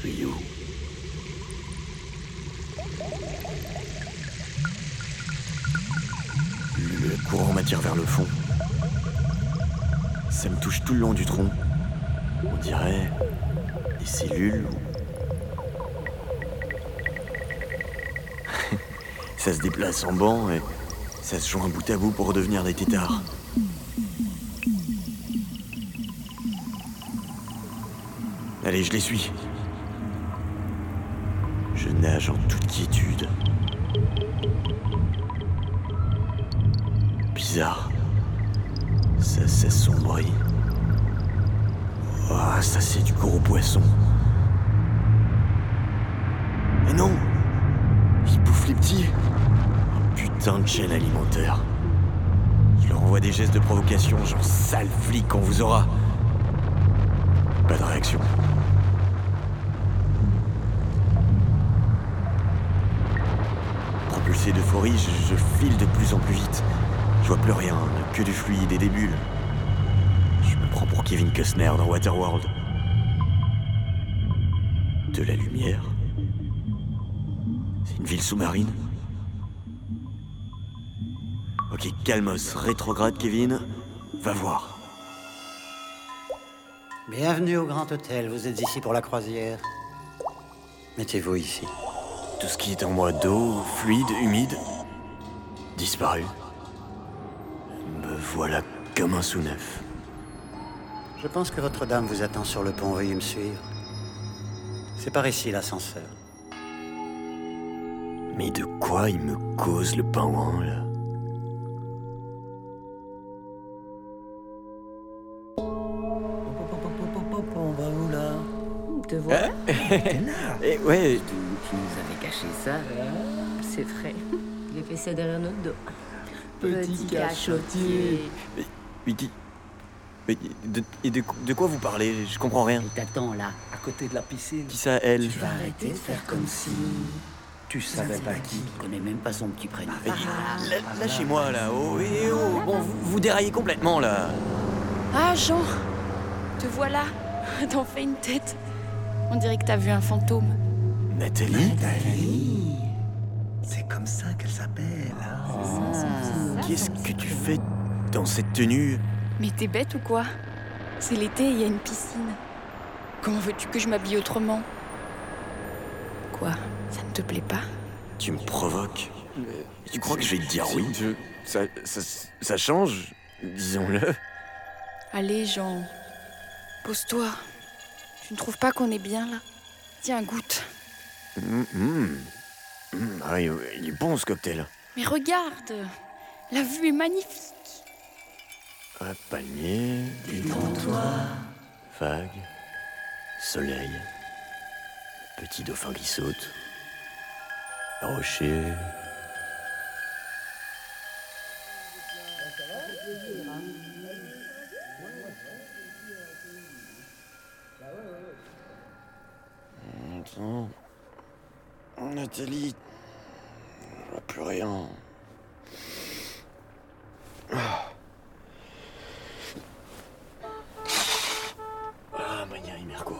tuyau. Le courant m'attire vers le fond. Ça me touche tout le long du tronc. On dirait des cellules. ou- ça se déplace en banc et ça se joint bout à bout pour devenir des têtards. Allez, je les suis. Je nage en toute quiétude. Bizarre. Ça s'assombrit. Ah, ça c'est du gros poisson. Mais non Il bouffe les petits Un Putain de chaîne alimentaire. Je leur envoie des gestes de provocation, genre sale flic, on vous aura. Pas de réaction. Propulsé d'euphorie, je, je file de plus en plus vite. Je vois plus rien, que du fluide et des bulles. Je me prends pour Kevin Costner dans Waterworld. De la lumière. C'est une ville sous-marine. Ok, calmos, rétrograde Kevin. Va voir. Bienvenue au Grand Hôtel, vous êtes ici pour la croisière. Mettez-vous ici. Tout ce qui est en moi d'eau, fluide, humide, disparu. Me voilà comme un sous-neuf. Je pense que votre dame vous attend sur le pont, veuillez me suivre. C'est par ici l'ascenseur. Mais de quoi il me cause le pingouin, là On va où là Te voilà Hein Eh ouais, Tu, tu nous avais caché ça. C'est vrai. Il a fait ça derrière notre dos. Petit cachotier. mais qui- mais de, et de, de quoi vous parlez Je comprends rien. Il t'attend là, à côté de la piscine. Qui ça, elle Tu vas arrêter de faire comme si. Tu savais pas qui. Tu connais même pas son petit prénom. Ah, Là- Lâchez-moi, là. Oh, eh, oh. Bon, vous, vous déraillez complètement, là. Ah, Jean Te voilà T'en fais une tête On dirait que t'as vu un fantôme. Nathalie C'est comme ça qu'elle s'appelle. hein. Ah. Qu'est-ce que tu fais dans cette tenue Mais t'es bête ou quoi C'est l'été, il y a une piscine. Comment veux-tu que je m'habille autrement Quoi Ça ne te plaît pas Tu me provoques. Tu crois que je vais te dire oui ça, ça, ça change, disons-le. Allez, Jean. Pose-toi. Tu ne trouves pas qu'on est bien là Tiens, goûte. Hum, hum. Hum, ah, il il est bon, ce cocktail. Mais regarde La vue est magnifique Un palmier, détends-toi, vague, soleil, petit dauphin qui saute, rocher. Attends. Nathalie, je vois plus rien. Ah, Mania et Merco.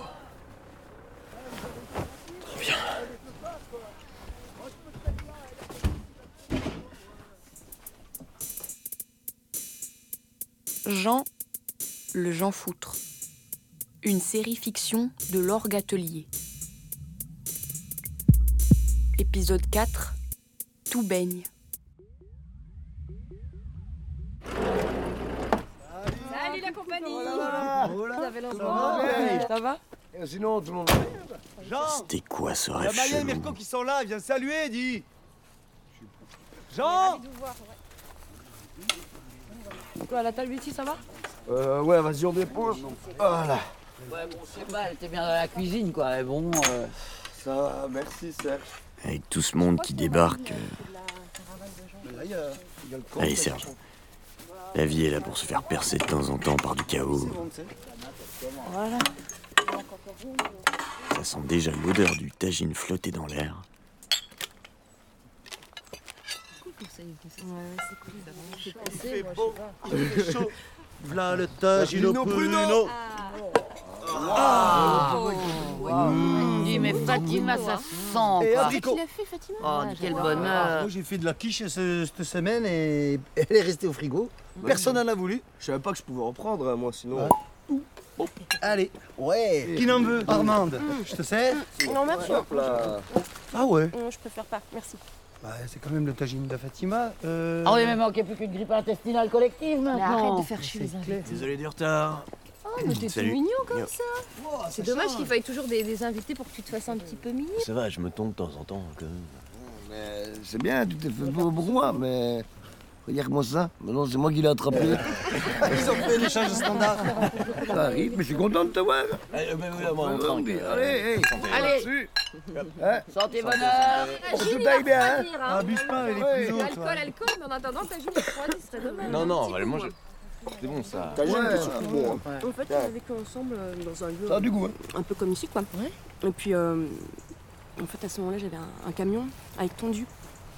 Très bien. Jean, le Jean Foutre. Une série fiction de l'orgue atelier. Épisode 4. Tout baigne. Sinon, tout le monde. Jean C'était quoi ce Il y a rêve Maya et chelou Mirko qui sont là, viens saluer, dis Jean Quoi, la Talbiti, ça va Euh, ouais, vas-y, on dépose. Voilà. Ouais, bon, je sais pas, elle était bien dans la cuisine, quoi. Mais bon, euh, Ça va, merci Serge. Avec tout ce monde qui débarque, euh, Là, il y a, il y a le camp. Allez, Serge. la vie est là pour se faire percer de temps en temps par du chaos. Ça sent déjà l'odeur du tagine flotté dans l'air. C'est beau, il fait chaud. V'là le tagino Bruno, Bruno. Bruno. Eh, Oui, mais Fatima, ça sent, Ah, quoi. abricot. Oh, quel bonheur. Ah. Moi, j'ai fait de la quiche ce- cette semaine et elle est restée au frigo. Personne n'en a voulu. Je savais pas que je pouvais en prendre, hein, moi, sinon. Ouais. Allez, ouais. Qui n'en veut Armande, je te sers. Non, merci. Hop là. Ah ouais. Non, je préfère pas, merci. Bah, c'est quand même le tagine de Fatima. Euh... Ah oui, mais il manquait plus qu'une grippe intestinale collective maintenant. faire chier les invités. Désolé du retard. Oh, mais t'es tout Salut. mignon Yo. comme ça. C'est dommage qu'il faille toujours des, des invités pour que tu te fasses un petit peu mignon. Ça va, je me tombe de temps en temps. quand même. Euh, C'est bien, tu t'es fait pour pour moi, mais. Regarde-moi ça. Maintenant, c'est moi qui l'ai attrapé. Ils ont fait l'échange standard. Ça arrive, mais je suis content de te voir. Eh, euh, ben, oui, moi, on Allez, trinque, euh, hey, Allez, là-dessus. Hein sentez bonheur. Pour que tout aille bien, hein Abuse pas, elle est Ouais. plus haute. L'alcool, alcool, mais en attendant, t'as juste refroidi, ce serait dommage. Non, Un non, petit on va peu le moins. manger. C'est bon ça. T'as jamais En fait, on a vécu ensemble euh, dans un lieu hein. Ça a du goût, hein. un peu comme ici, quoi. Et puis, euh, en fait, à ce moment-là, j'avais un, un camion avec tondu.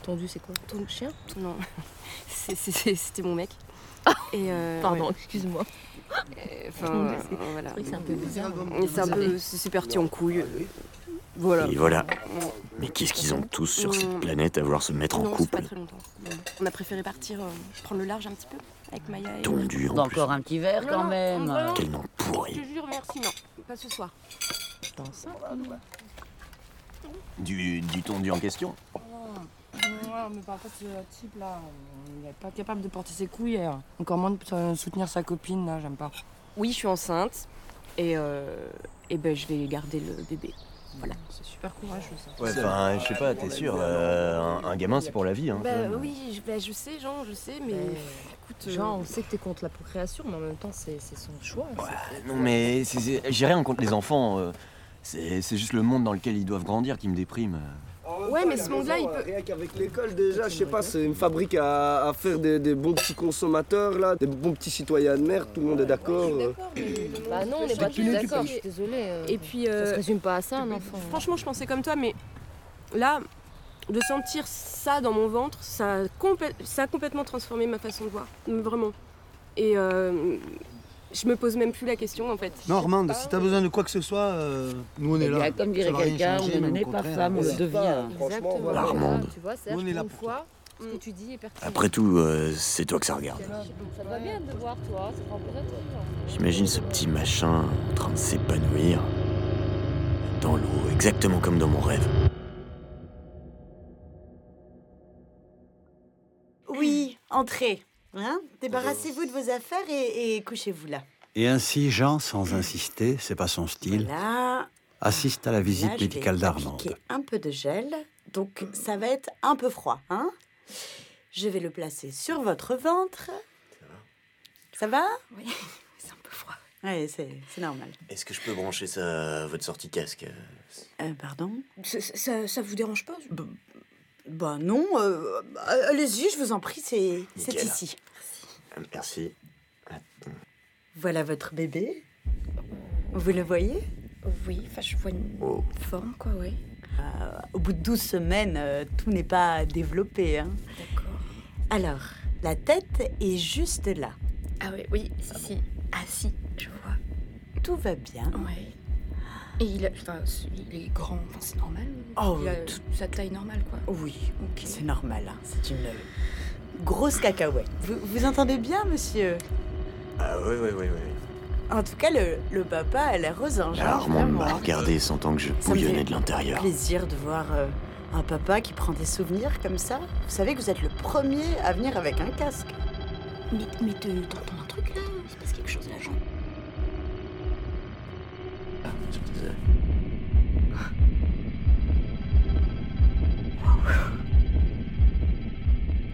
Tendu, c'est quoi Ton chien Non, C'est- c'est- c'est- c'était mon mec. Et, euh, Pardon, ouais. excuse-moi. Et, Enfin, euh, voilà. C'est vrai que c'est un peu bizarre. Et c'est un peu, c'est c'est parti en couille. Voilà. Mm. Et voilà. Mais qu'est-ce qu'ils ont tous sur cette planète à vouloir se mettre en Non, c'est pas couple très longtemps. On a préféré partir, euh, prendre le large un petit peu avec Maya et. Tondu en plus. Encore un petit verre quand même. Quel nom pourri. jure, merci, non, pas ce soir. Du, du tondu en question Ouais, mais par contre, ce type là, il n'est pas capable de porter ses couilles. et, euh, Encore moins de euh, soutenir sa copine, là, j'aime pas. Oui, je suis enceinte. Et, ben, je vais garder le bébé. Voilà. C'est super courageux ça. Ouais, enfin, je sais pas, t'es sûr, euh, un, un gamin c'est pour la vie. Hein. Bah oui, je, bah, je sais, Jean, je sais, mais écoute. euh, Genre, on sait que t'es contre la procréation, mais en même temps, c'est c'est son choix. c'est- Ah, Non mais c'est- c'est- j'ai rien contre les enfants, euh, c'est c'est juste le monde dans lequel ils doivent grandir qui me déprime. Ouais, mais ce monde-là, il peut- euh, Rien qu'avec l'école, déjà, je sais pas, c'est une fabrique à, à faire des, des bons petits consommateurs, là, des bons petits citoyens de merde, tout le monde est d'accord. euh. Bah non, on n'est pas tous tu d'accord, peux- je suis désolée. euh, Et puis, Ça se euh, résume pas à ça, un enfant. franchement, je pensais comme toi, mais là, de sentir ça dans mon ventre, ça a, complè- ça a complètement transformé ma façon de voir. Mais Vraiment. Et euh, je me pose même plus la question, en fait. Normande, si t'as besoin de quoi que ce soit, euh, nous on est Eh bien, là. comme Ça dirait va rien quelqu'un, changer, on même n'est au pas contraire. femme, on le Voilà. devient. Exactement. voilà. Armande. Tu vois, Serge, On est là pour une pour toi. fois, ce que tu dis est pertinent. Après tout, euh, c'est toi que ça regarde. Ça te va bien de le voir, toi. Ça te rend peut-être J'imagine ce petit machin en train de s'épanouir dans l'eau, exactement comme dans mon rêve. Oui, entrez. Hein Débarrassez-vous de vos affaires et, et couchez-vous là. Et ainsi, Jean, sans insister, c'est pas son style, Là, assiste à la visite là, je vais médicale appliquer d'Armande. un peu de gel, donc ça va être un peu froid. Hein je vais le placer sur votre ventre. Ça va C'est un peu froid. Oui, c'est c'est normal. Est-ce que je peux brancher ça à votre sortie casque Euh, pardon Ça, ça- ça vous dérange pas Bah non, euh, allez-y, je vous en prie, c'est c'est Nickel. ici. Euh, Merci. Voilà votre bébé. Vous le voyez Oui, enfin, je vois une Oh. forme, quoi, ouais. Au bout de 12 semaines, euh, tout n'est pas développé. hein. D'accord. Alors, la tête est juste là. Ah ouais, oui, si. Ah si, je vois. Tout va bien. Ouais. Et il, a- enfin, il est grand, enfin, c'est normal. Oh, il a tout- sa taille normale, quoi. Oui, Ok. c'est normal. hein. C'est une euh, grosse cacahuète. Vous, vous entendez bien, monsieur Ah oui, oui, oui, oui. En tout cas, le, le papa a l'air aux anges. Là, hein, Armand vraiment. m'a regardé sentant que je Ça me fait bouillonnais de l'intérieur. Plaisir de voir euh, un papa qui prend des souvenirs comme ça. Vous savez que vous êtes le premier à venir avec un casque. Mais, mais te- t'entends un truc, là Il se passe quelque chose, là, Jean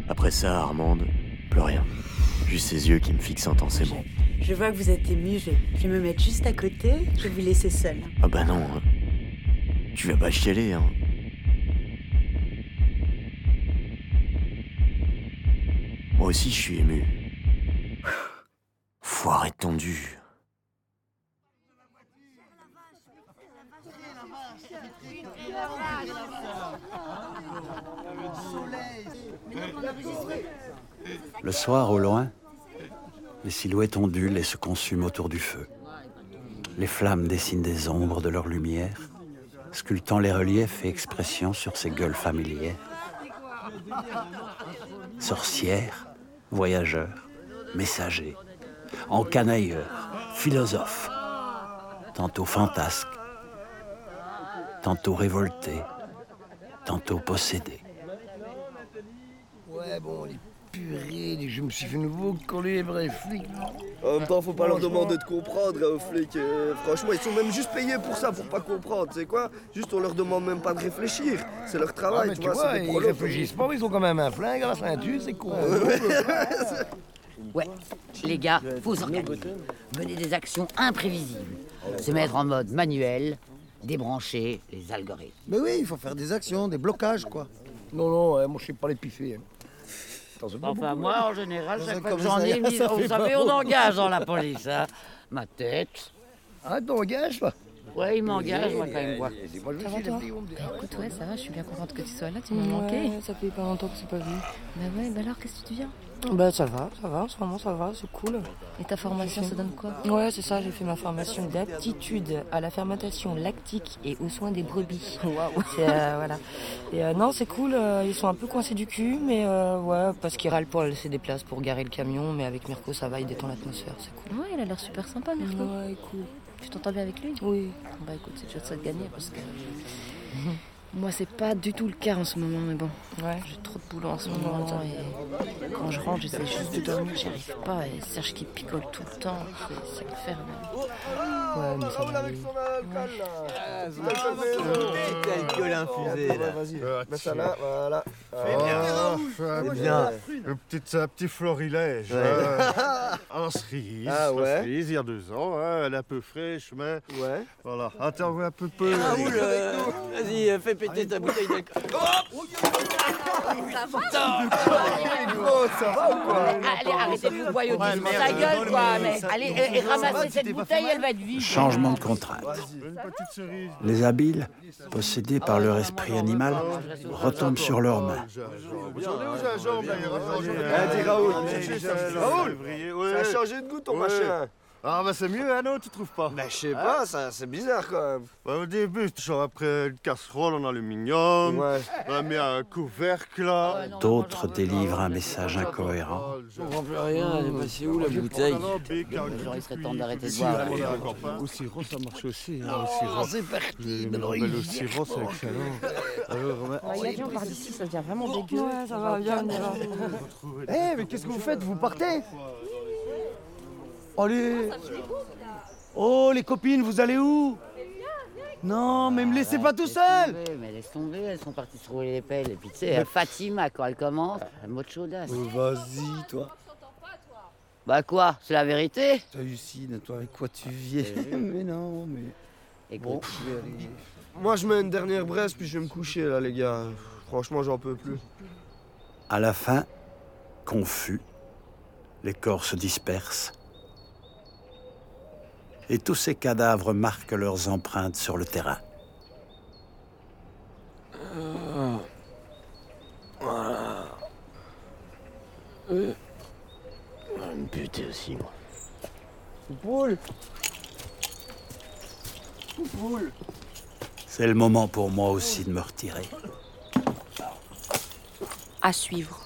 Après ça, Armande, plus rien. Juste ses yeux qui me fixent intensément. Je vois que vous êtes ému. Je, je vais me mettre juste à côté. Je vais vous laisser seul. Ah bah non, hein. tu vas pas chialer, hein. Moi aussi, je suis ému. Foire étendue. Soleil, Le soir, au loin, les silhouettes ondulent et se consument autour du feu. Les flammes dessinent des ombres de leur lumière, sculptant les reliefs et expressions sur ces gueules familières. Sorcières, voyageurs, messagers, encanailleurs, philosophes, tantôt fantasques, tantôt révoltés, tantôt possédés. Ouais, bon, les purées, les- je me suis fait nouveau coller les vrais flics. En même temps, faut pas leur demander de comprendre hein, aux flics. euh, franchement, ils sont même juste payés pour ça, pour pas comprendre. C'est quoi Juste, on leur demande même pas de réfléchir. C'est leur travail, mais tu tu vois. vois, c'est des ils prolos. réfléchissent pas, ils ont quand même un flingue à la ceinture, c'est con. Ouais, les gars, vous organisez. Menez des actions imprévisibles. Se mettre en mode manuel, débrancher les algorithmes. Mais oui, il faut faire des actions, des blocages, quoi. Non, non, euh, moi je sais pas les piffer. Enfin, moi, en général, Dans un chaque fois que j'en ai, commissariat, ils me disent, ça Oh, fait vous savez, pas on beau. engage dans la police, hein. Ma tête. Ah, t'engages, toi Ouais, ils m'engagent, moi, quand même, moi. Ça va toi Bah, Écoute, ouais, ça va, je suis bien contente que tu sois là, tu m'as Ouais, manqué. Ça fait pas longtemps que c'est pas vu. Bah ouais, bah alors, qu'est-ce que tu viens Bah ça va, ça va, en ce moment ça va, c'est cool. Et ta formation, ça donne quoi Ouais, c'est ça, j'ai fait ma formation d'aptitude à la fermentation lactique et aux soins des brebis. Waouh C'est, euh, Voilà. Et euh, non, c'est cool, euh, ils sont un peu coincés du cul, mais euh, ouais, parce qu'ils râlent pour laisser des places pour garer le camion, mais avec Mirko ça va, il détend l'atmosphère, c'est cool. Ouais, il a l'air super sympa, Mirko. Ouais, cool. Tu t'entends bien avec lui Oui. Bah écoute, c'est déjà de ça de gagner, parce que... euh, Moi, c'est pas du tout le cas en ce moment, mais bon. Ouais. J'ai trop de boulot en ce moment, et quand je rentre, j'essaie juste de dormir, j'y arrive pas, et Serge qui picole tout le temps, c'est- c'est infernal. Ouais, mais ça va aller. Alcool infusé, là. Euh, Mets Bah, ça là, voilà. Ah, C'est ouais, bien. Un petit, un petit florilège. Ouais. hein. en cerise. Ah ouais. en cerise, il y a deux ans. hein, elle est un peu fraîche, mais. Ouais. Voilà. Attends, ouais, un peu peu. Raoul, euh, vas-y, euh, fais péter ta bouteille d'alcool. Oh, ça va ou quoi Allez, arrêtez de vous voyauter sur ta gueule, quoi. Ah, Mais allez, et- et ramassez cette bouteille, elle va être vide. Changement de contrainte. Les habiles, possédés Ah par leur esprit animal, retombent sur leurs Oh, mains. Ah, Vas-y, Raoul. euh, Raoul, Ça a changé de goût ton machin. Ah, bah c'est mieux, hein, non, tu trouves pas Bah, je sais pas, ça- c'est bizarre quand même. Bah, au début, genre après une casserole en aluminium, Ouais. on a mis un couvercle là. D'autres délivrent un message incohérent. Je comprends plus rien, elle est passée où la bouteille Genre, il serait temps d'arrêter de Si, Ah, boire. allez, hein. Au sirop, ça marche aussi. hein, au sirop. parti. mais alors, mais le il y a sirop, quoi. c'est excellent. Alors, on va- on part d'ici, ça devient vraiment dégueu. Ouais, ça va, viens, on y va. Eh, mais qu'est-ce que vous faites Vous partez Allez Oh, les copines, vous allez où Non, mais me laissez pas tout seul Ouais, Mais laisse tomber, elles sont parties se rouler les pelles. Et puis tu sais, euh, Fatima, quand elle commence, elle mot de chaudasse. Vas-y, toi. Bah quoi, c'est la vérité Tu hallucines, toi, avec quoi tu viens Eh oui. Mais non, mais... Bon, je vais aller. Moi, je mets une dernière braise, puis je vais me coucher là, les gars. Franchement, j'en peux plus. À la fin, confus, les corps se dispersent et tous ces cadavres marquent leurs empreintes sur le terrain. Euh, On va me buter aussi, moi. Poule Poule C'est le moment pour moi aussi de me retirer. À suivre.